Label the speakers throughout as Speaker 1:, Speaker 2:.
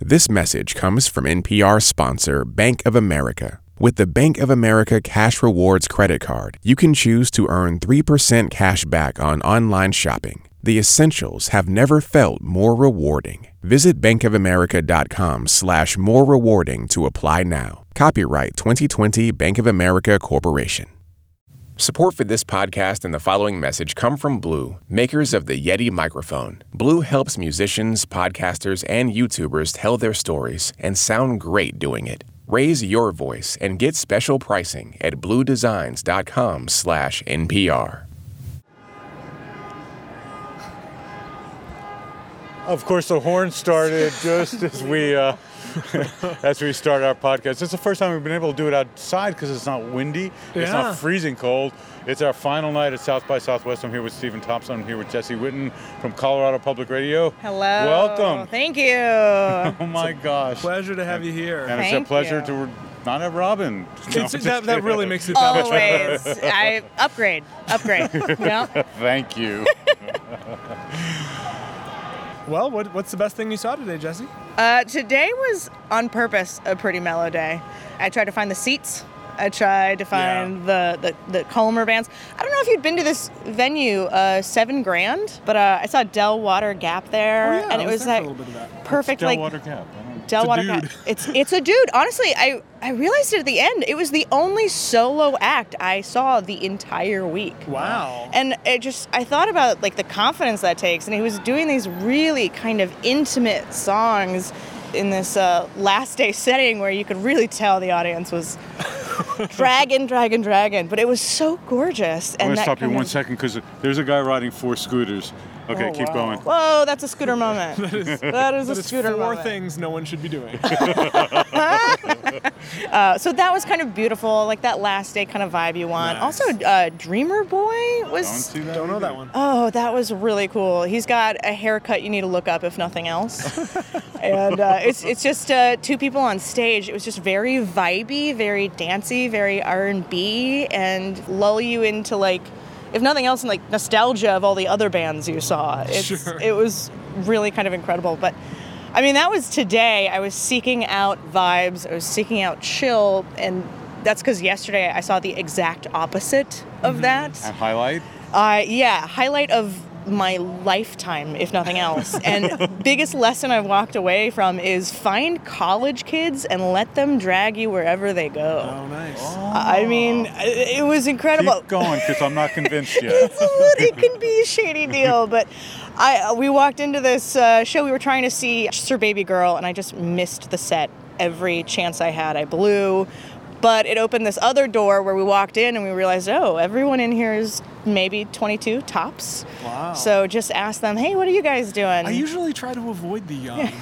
Speaker 1: This message comes from NPR sponsor Bank of America. With the Bank of America Cash Rewards credit card, you can choose to earn 3% cash back on online shopping. The essentials have never felt more rewarding. Visit bankofamerica.com slash more rewarding to apply now. Copyright 2020 Bank of America Corporation. Support for this podcast and the following message come from Blue, makers of the Yeti microphone. Blue helps musicians, podcasters, and YouTubers tell their stories and sound great doing it. Raise your voice and get special pricing at bluedesigns.com slash NPR.
Speaker 2: Of course, the horn started just as we uh, as we start our podcast. It's the first time we've been able to do it outside because it's not windy, it's
Speaker 3: Yeah.
Speaker 2: not freezing cold. It's our final night at South by Southwest. I'm here with Stephen Thompson. I'm here with Jesse Witten from Colorado Public Radio.
Speaker 4: Hello.
Speaker 2: Welcome.
Speaker 4: Thank you.
Speaker 2: Oh my gosh.
Speaker 3: Pleasure to have you here.
Speaker 2: and it's a
Speaker 4: Thank
Speaker 2: pleasure
Speaker 4: you.
Speaker 2: to re- not have Robin. No,
Speaker 3: It's- that, that really makes it that much better.
Speaker 4: Always. I upgrade. Upgrade. yep.
Speaker 2: Thank you.
Speaker 3: Well, what, what's the best thing you saw today, Jesse?
Speaker 4: Uh, today was on purpose a pretty mellow day. I tried to find the seats. I tried to find the, the the calmer bands. I don't know if you'd been to this venue, uh, Seven Grand, but uh, I saw Del Water Gap there, and it
Speaker 3: Oh, I
Speaker 4: was,
Speaker 3: there
Speaker 4: like
Speaker 3: for a little bit of that.
Speaker 4: perfect,
Speaker 2: Del
Speaker 4: like
Speaker 2: Water Cap. I don't-
Speaker 4: Del
Speaker 3: a
Speaker 4: Water
Speaker 3: dude.
Speaker 4: Gap. It's it's a dude. Honestly, I I realized it at the end. It was the only solo act I saw the entire week.
Speaker 3: Wow.
Speaker 4: And it just, I thought about like the confidence that takes, and he was doing these really kind of intimate songs in this uh, last day setting where you could really tell the audience was dragon, dragon, dragon. But it was so gorgeous.
Speaker 2: I'm
Speaker 4: and
Speaker 2: going to
Speaker 4: that
Speaker 2: stop you
Speaker 4: kind
Speaker 2: one
Speaker 4: of-
Speaker 2: second because there's a guy riding four scooters. Okay,
Speaker 4: Oh,
Speaker 2: keep
Speaker 4: wow.
Speaker 2: going.
Speaker 4: Whoa, that's a scooter moment. that is,
Speaker 3: But
Speaker 4: a
Speaker 3: it's
Speaker 4: scooter
Speaker 3: four
Speaker 4: moment.
Speaker 3: things no one should be doing.
Speaker 4: Uh, so that was kind of beautiful, like that last day kind of vibe you want.
Speaker 3: Nice.
Speaker 4: Also, uh, Dreamer Boy was.
Speaker 2: Don't see that.
Speaker 3: Don't know that
Speaker 2: either.
Speaker 3: one.
Speaker 4: Oh, that was really cool. He's got a haircut you need to look up, if nothing else. and uh, it's it's just uh, two people on stage. It was just very vibey, very dancey, very R and B, and lull you into like, if nothing else, in like nostalgia of all the other bands you saw. It's,
Speaker 3: Sure.
Speaker 4: It was really kind of incredible, but. I mean, that was today. I was seeking out vibes. I was seeking out chill, and that's because yesterday I saw the exact opposite of that.
Speaker 2: And highlight.
Speaker 4: Uh, yeah, highlight of my lifetime, if nothing else. And biggest lesson I've walked away from is find college kids and let them drag you wherever they go.
Speaker 3: Oh, nice.
Speaker 4: I mean, it it was incredible.
Speaker 2: Keep going because I'm not convinced yet.
Speaker 4: It's a lit- it can be a shady deal, but I uh, we walked into this uh, show. We were trying to see Sir Baby Girl, and I just missed the set every chance I had. I blew, but it opened this other door where we walked in and we realized, oh, everyone in here is maybe 22 tops.
Speaker 3: Wow.
Speaker 4: So just ask them, hey, what are you guys doing?
Speaker 3: I usually try to avoid the um, young.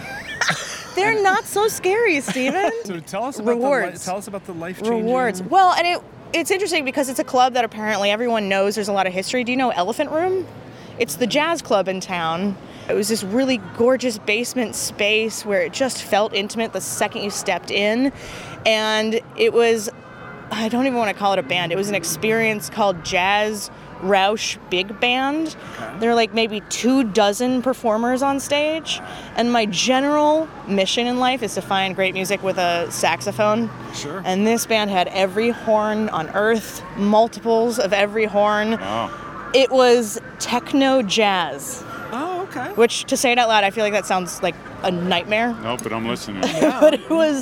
Speaker 4: They're not so scary, Steven.
Speaker 3: So tell us about the
Speaker 4: Rewards.
Speaker 3: li- tell us about the life changing
Speaker 4: rewards. Well, and it it's interesting because it's a club that apparently everyone knows. There's a lot of history. Do you know Elephant Room? It's the jazz club in town. It was this really gorgeous basement space where it just felt intimate the second you stepped in, and it was I don't even want to call it a band. It was an experience called Jazz Roush Big Band. There were like maybe two dozen performers on stage. And my general mission in life is to find great music with a saxophone.
Speaker 3: Sure.
Speaker 4: And this band had every horn on earth, multiples of every horn.
Speaker 2: Oh,
Speaker 4: It was techno jazz,
Speaker 3: Oh, okay.
Speaker 4: which to say it out loud, I feel like that sounds like a nightmare
Speaker 2: no, but I'm listening.
Speaker 4: but it was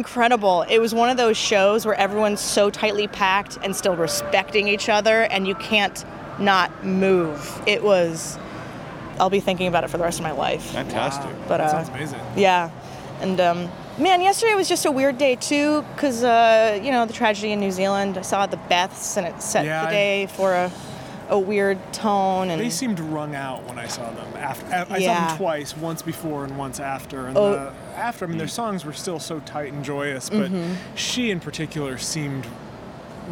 Speaker 4: incredible. It was one of those shows where everyone's so tightly packed and still respecting each other, and you can't not move. It was. I'll be thinking about it for the rest of my life.
Speaker 2: Fantastic.
Speaker 4: But
Speaker 3: That
Speaker 4: uh,
Speaker 3: sounds amazing.
Speaker 4: yeah, and um, man, yesterday was just a weird day too, because uh, you know the tragedy in New Zealand. I saw the Beths, and it set
Speaker 3: Yeah,
Speaker 4: the
Speaker 3: I-
Speaker 4: day for a, a weird tone. And
Speaker 3: They seemed wrung out when I saw them. After I saw
Speaker 4: Yeah.
Speaker 3: them twice, once before and once after. And
Speaker 4: Oh.
Speaker 3: the, after, I mean, their songs were still so tight and joyous, but
Speaker 4: Mm-hmm.
Speaker 3: she in particular seemed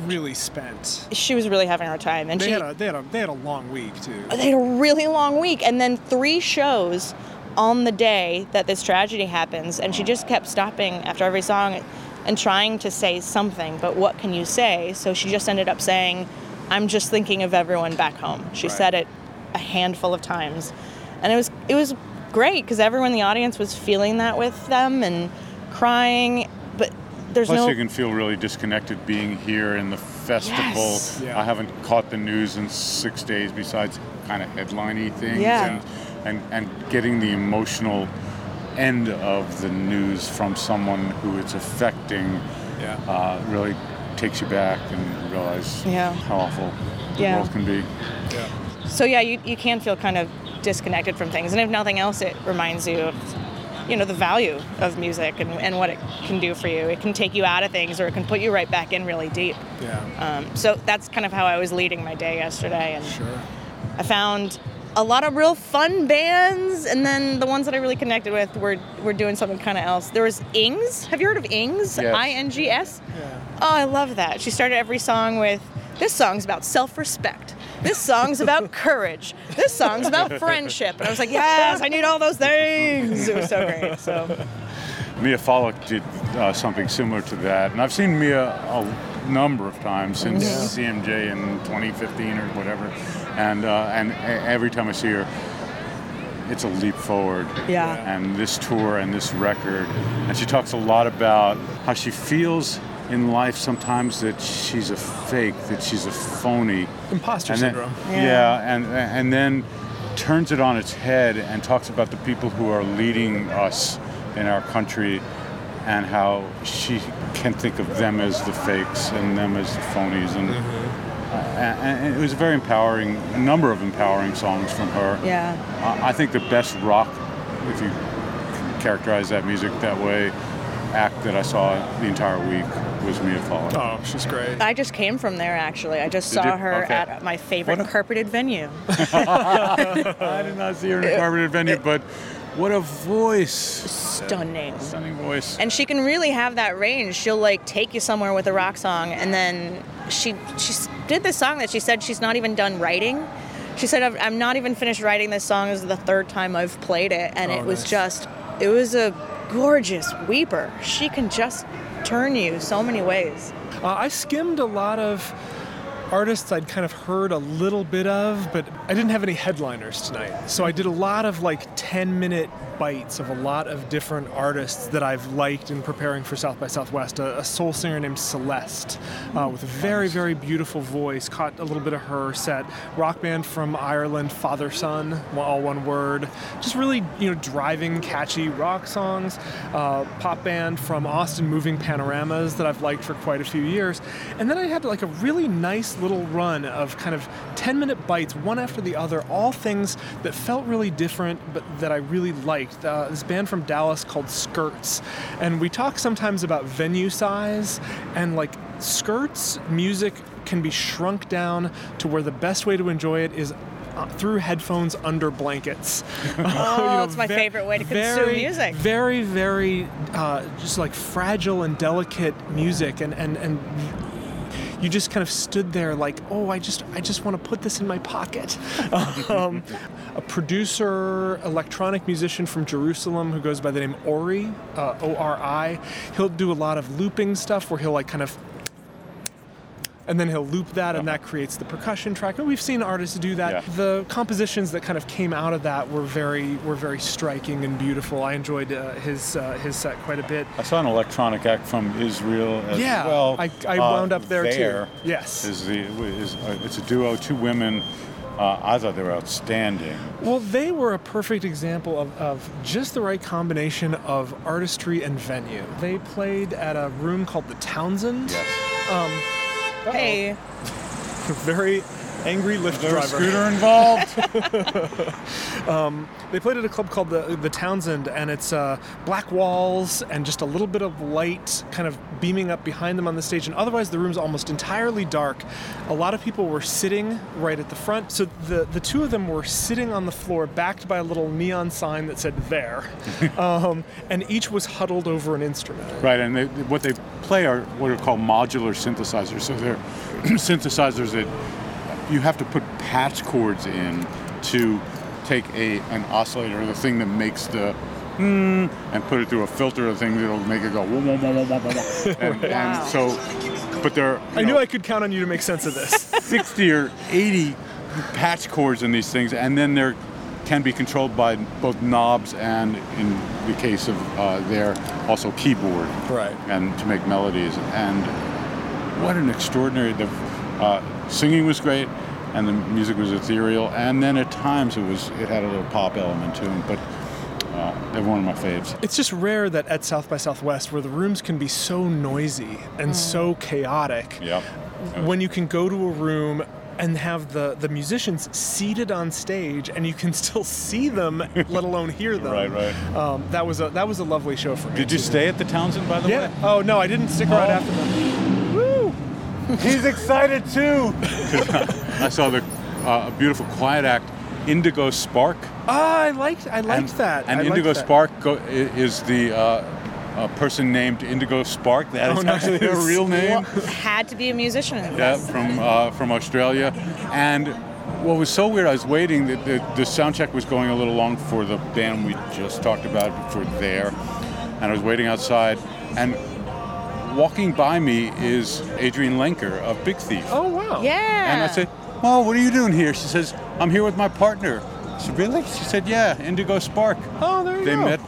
Speaker 3: really spent.
Speaker 4: she was really having her time, and
Speaker 3: They
Speaker 4: she
Speaker 3: had a they had a they had a long week too.
Speaker 4: they had a really long week and then three shows on the day that this tragedy happens and she just kept stopping after every song and trying to say something but what can you say so she just ended up saying i'm just thinking of everyone back home she
Speaker 3: Right.
Speaker 4: said it a handful of times and it was it was great because everyone in the audience was feeling that with them and crying. But there's
Speaker 2: Plus,
Speaker 4: no.
Speaker 2: you can feel really disconnected being here in the festival.
Speaker 4: Yes.
Speaker 3: Yeah.
Speaker 2: I haven't caught the news in six days, besides kind of headliney things
Speaker 4: Yeah.
Speaker 2: and, and and getting the emotional end of the news from someone who it's affecting.
Speaker 3: Yeah.
Speaker 2: Uh, really takes you back and realize
Speaker 4: Yeah.
Speaker 2: how awful the
Speaker 4: Yeah.
Speaker 2: world can be.
Speaker 3: Yeah.
Speaker 4: so yeah, you, you can feel kind of disconnected from things. And if nothing else, it reminds you of, you know, the value of music and, and what it can do for you. It can take you out of things or it can put you right back in really deep.
Speaker 3: Yeah.
Speaker 4: Um, so that's kind of how I was leading my day yesterday. And
Speaker 3: Sure.
Speaker 4: I found a lot of real fun bands, and then the ones that I really connected with were were doing something kind of else. There was Ings. Have you heard of Ings?
Speaker 2: Yes.
Speaker 4: I N G S.
Speaker 3: Yeah.
Speaker 4: Oh, I love that. She started every song with, "This song's about self-respect. This song's about courage. This song's about friendship." And I was like, "Yes, I need all those things." It was so great. So
Speaker 2: Mia Follick did uh, something similar to that, and I've seen Mia a number of times since CMJ in 2015 or whatever, and uh, and e- every time I see her, it's a leap forward.
Speaker 4: Yeah.
Speaker 2: And this tour and this record, and she talks a lot about how she feels in life sometimes that she's a fake, that she's a phony,
Speaker 3: Imposter
Speaker 2: and
Speaker 3: syndrome.
Speaker 2: Then, yeah. and and then turns it on its head and talks about the people who are leading us in our country and how she can think of them as the fakes and them as the phonies and. uh, a- And it was a very empowering, a number of empowering songs from her.
Speaker 4: Yeah.
Speaker 2: I- I think the best rock, if you can characterize that music that way, act that I saw the entire week was Mia Fallon.
Speaker 3: Oh, she's great.
Speaker 4: I just came from there. Actually, I just
Speaker 2: Did
Speaker 4: saw
Speaker 2: you?
Speaker 4: her
Speaker 2: Okay.
Speaker 4: at my favorite
Speaker 2: What a-
Speaker 4: carpeted venue.
Speaker 2: I did not see her in a carpeted venue, but what a voice!
Speaker 4: Stunning.
Speaker 2: Stunning voice.
Speaker 4: and she can really have that range. She'll like take you somewhere with a rock song, and then she she s- did this song that she said she's not even done writing. She said, "I've- "I'm not even finished writing this song. This is the third time I've played it, and
Speaker 3: Oh,
Speaker 4: it was
Speaker 3: nice.
Speaker 4: just it was a gorgeous weeper. She can just turn you so many ways.
Speaker 3: Uh, I skimmed a lot of artists I'd kind of heard a little bit of, but I didn't have any headliners tonight. So I did a lot of like 10 minute bites of a lot of different artists that I've liked in preparing for South by Southwest. A, a soul singer named Celeste uh, with a very, very beautiful voice. Caught a little bit of her set. Rock band from Ireland, Father Son, all one word. Just really, you know, driving, catchy rock songs. Uh, pop band from Austin, Moving Panoramas, that I've liked for quite a few years. And then I had like a really nice little run of kind of 10 minute bites, one after the other, all things that felt really different, but that I really liked. Uh, this band from Dallas called Skirts. And we talk sometimes about venue size, and like Skirts music can be shrunk down to where the best way to enjoy it is. uh, Through headphones under blankets. Oh,
Speaker 4: it's my favorite way to consume music.
Speaker 3: very very uh, just like fragile and delicate music and and and you just kind of stood there like oh i just i just want to put this in my pocket um, a producer electronic musician from jerusalem who goes by the name ori uh, ori he'll do a lot of looping stuff where he'll like kind of and then he'll loop that and that creates the percussion track and we've seen artists do that
Speaker 2: Yeah.
Speaker 3: the compositions that kind of came out of that were very were very striking and beautiful i enjoyed uh, his uh, his set quite a bit
Speaker 2: I saw an electronic act from Israel as
Speaker 3: Yeah,
Speaker 2: well.
Speaker 3: I- I
Speaker 2: Uh,
Speaker 3: wound up there, too.
Speaker 2: There
Speaker 3: Yes.
Speaker 2: is the is uh, it's a duo, two women. Uh, I thought they were outstanding.
Speaker 3: well they were a perfect example of, of just the right combination of artistry and venue they played at a room called the townsend
Speaker 4: Hey,
Speaker 3: very angry lift
Speaker 2: There was a
Speaker 3: driver
Speaker 2: scooter involved.
Speaker 3: They played at a club called the the Townsend, and it's uh, black walls and just a little bit of light kind of beaming up behind them on the stage. And otherwise, the room's almost entirely dark. A lot of people were sitting right at the front, so the the two of them were sitting on the floor, backed by a little neon sign that said "There," um, and each was huddled over an instrument.
Speaker 2: Right, and they, what they play are what are called modular synthesizers. So they're synthesizers that you have to put patch chords in to take a an oscillator, the thing that makes the mm, and put it through a filter, the thing that'll make it go. wah, wah, wah, wah, wah, wah, wah. And,
Speaker 4: Wow.
Speaker 2: and so, but they're
Speaker 3: I knew I could count on you to make sense of this.
Speaker 2: 60 or 80 patch chords in these things, and then they're can be controlled by both knobs and, in the case of uh, there, also keyboard.
Speaker 3: Right.
Speaker 2: And to make melodies. And what an extraordinary. The uh, singing was great, and the music was ethereal. And then at times it was it had a little pop element to it, but. Uh, they're one of my faves.
Speaker 3: It's just rare that at South by Southwest, where the rooms can be so noisy and
Speaker 2: Mm.
Speaker 3: so chaotic,
Speaker 2: Yep.
Speaker 3: when you can go to a room and have the, the musicians seated on stage and you can still see them, let alone hear them.
Speaker 2: Right, right.
Speaker 3: Um, that was a that was a lovely show for me.
Speaker 2: Did you stay at the Townsend, by the
Speaker 3: Yeah.
Speaker 2: way?
Speaker 3: Oh no, I didn't stick around
Speaker 2: Oh.
Speaker 3: after them.
Speaker 2: He's excited too. I saw the uh, a beautiful quiet act, Indigo Spark.
Speaker 3: Ah, I liked I liked
Speaker 2: and,
Speaker 3: that.
Speaker 2: And
Speaker 3: I liked
Speaker 2: Indigo
Speaker 3: that.
Speaker 2: Spark go, i- is the uh, uh, person named Indigo Spark. That is
Speaker 3: Oh, nice.
Speaker 2: actually her real name.
Speaker 4: Had to be a musician. in
Speaker 2: Yeah,
Speaker 4: this.
Speaker 2: from uh, from Australia. And what was so weird, I was waiting. The, the, the sound check was going a little long for the band we just talked about for there, and I was waiting outside. And walking by me is Adrienne Lenker of Big Thief.
Speaker 3: Oh wow.
Speaker 4: Yeah.
Speaker 2: And I said, "Oh, what are you doing here?" She says, "I'm here with my partner." I said, "Really?" She said, "Yeah, Indigo Spark."
Speaker 3: Oh, there you
Speaker 2: They
Speaker 3: go.
Speaker 2: met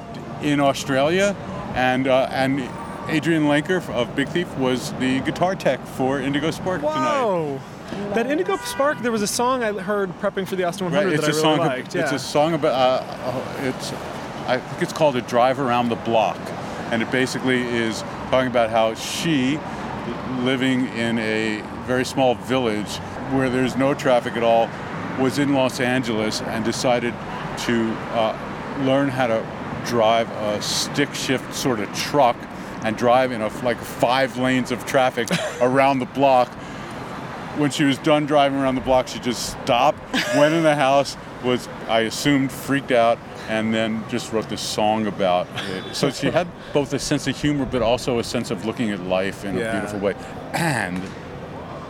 Speaker 2: in Australia, and uh, and Adrian Lenker of Big Thief was the guitar tech for Indigo Spark tonight.
Speaker 3: Wow. That Indigo Spark. There was a song I heard prepping for the Austin 100
Speaker 2: Right? It's a
Speaker 3: that I really
Speaker 2: song. ab-
Speaker 3: liked.
Speaker 2: It's
Speaker 3: yeah.
Speaker 2: a song about. Uh, oh, it's I think it's called "A Drive Around the Block," and it basically is talking about how she living in a very small village where there's no traffic at all was in Los Angeles and decided to uh, learn how to drive a stick shift sort of truck and drive in a, f- like five lanes of traffic around the block when she was done driving around the block, she just stopped, went in the house, was I assumed freaked out, and then just wrote this song about it. So she had both a sense of humor, but also a sense of looking at life in
Speaker 3: Yeah.
Speaker 2: a beautiful way, and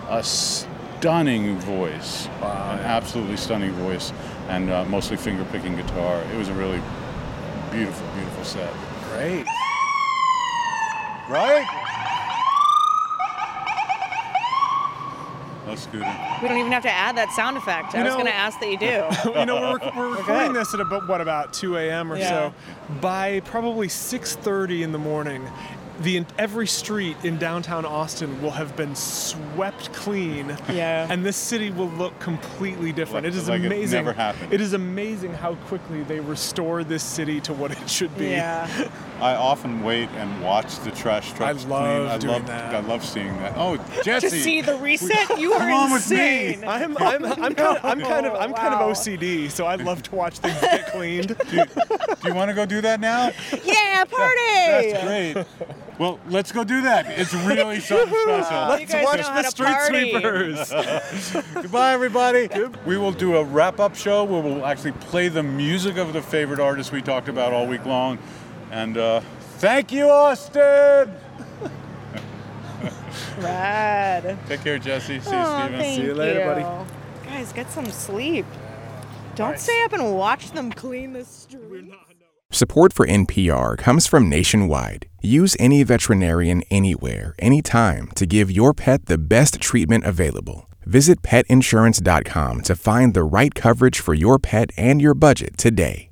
Speaker 2: a stunning voice, an absolutely stunning voice, and uh, mostly finger picking guitar. It was a really beautiful, beautiful set.
Speaker 3: Great.
Speaker 2: Right. That's good.
Speaker 4: we don't even have to add that sound effect. I
Speaker 3: You
Speaker 4: was
Speaker 3: know-
Speaker 4: going to ask that you do.
Speaker 3: you know, we're, we're recording
Speaker 4: good.
Speaker 3: this at about what about 2 a.m. or
Speaker 4: Yeah.
Speaker 3: so. By probably 6:30 in the morning, the every street in downtown Austin will have been swept clean.
Speaker 4: Yeah.
Speaker 3: And this city will look completely different.
Speaker 2: Like-
Speaker 3: it is
Speaker 2: like it
Speaker 3: amazing.
Speaker 2: never happened.
Speaker 3: It is amazing how quickly they restore this city to what it should be.
Speaker 4: yeah.
Speaker 2: I often wait and watch the trash trucks.
Speaker 3: I love
Speaker 2: clean. I
Speaker 3: doing
Speaker 2: love,
Speaker 3: that.
Speaker 2: I love seeing that. Oh,
Speaker 4: to
Speaker 2: Jesse!
Speaker 4: see the reset, you
Speaker 2: Come
Speaker 4: are
Speaker 2: on with me.
Speaker 4: insane.
Speaker 3: I'm I'm I'm kind of I'm kind of I'm kind of
Speaker 4: Wow.
Speaker 3: OCD, so I love to watch things get cleaned.
Speaker 2: do you want to go do that now?
Speaker 4: Yeah, party!
Speaker 2: That's great. Well, let's go do that. It's really something special.
Speaker 4: You guys
Speaker 3: watch
Speaker 4: know how
Speaker 3: the
Speaker 4: to
Speaker 3: street
Speaker 4: party.
Speaker 3: sweepers.
Speaker 2: Goodbye, everybody. We will do a wrap-up show where we'll actually play the music of the favorite artists we talked about all week long. And uh, thank you, Austin.
Speaker 4: Rad.
Speaker 2: Take care, Jesse. See you,
Speaker 4: Aw,
Speaker 2: Steven.
Speaker 4: Oh, thank
Speaker 3: See you later, buddy.
Speaker 4: you. Guys, get some sleep. Don't stay up and watch them clean the street.
Speaker 1: Support for NPR comes from Nationwide. Use any veterinarian anywhere, anytime to give your pet the best treatment available. Visit petinsurance.com to find the right coverage for your pet and your budget today.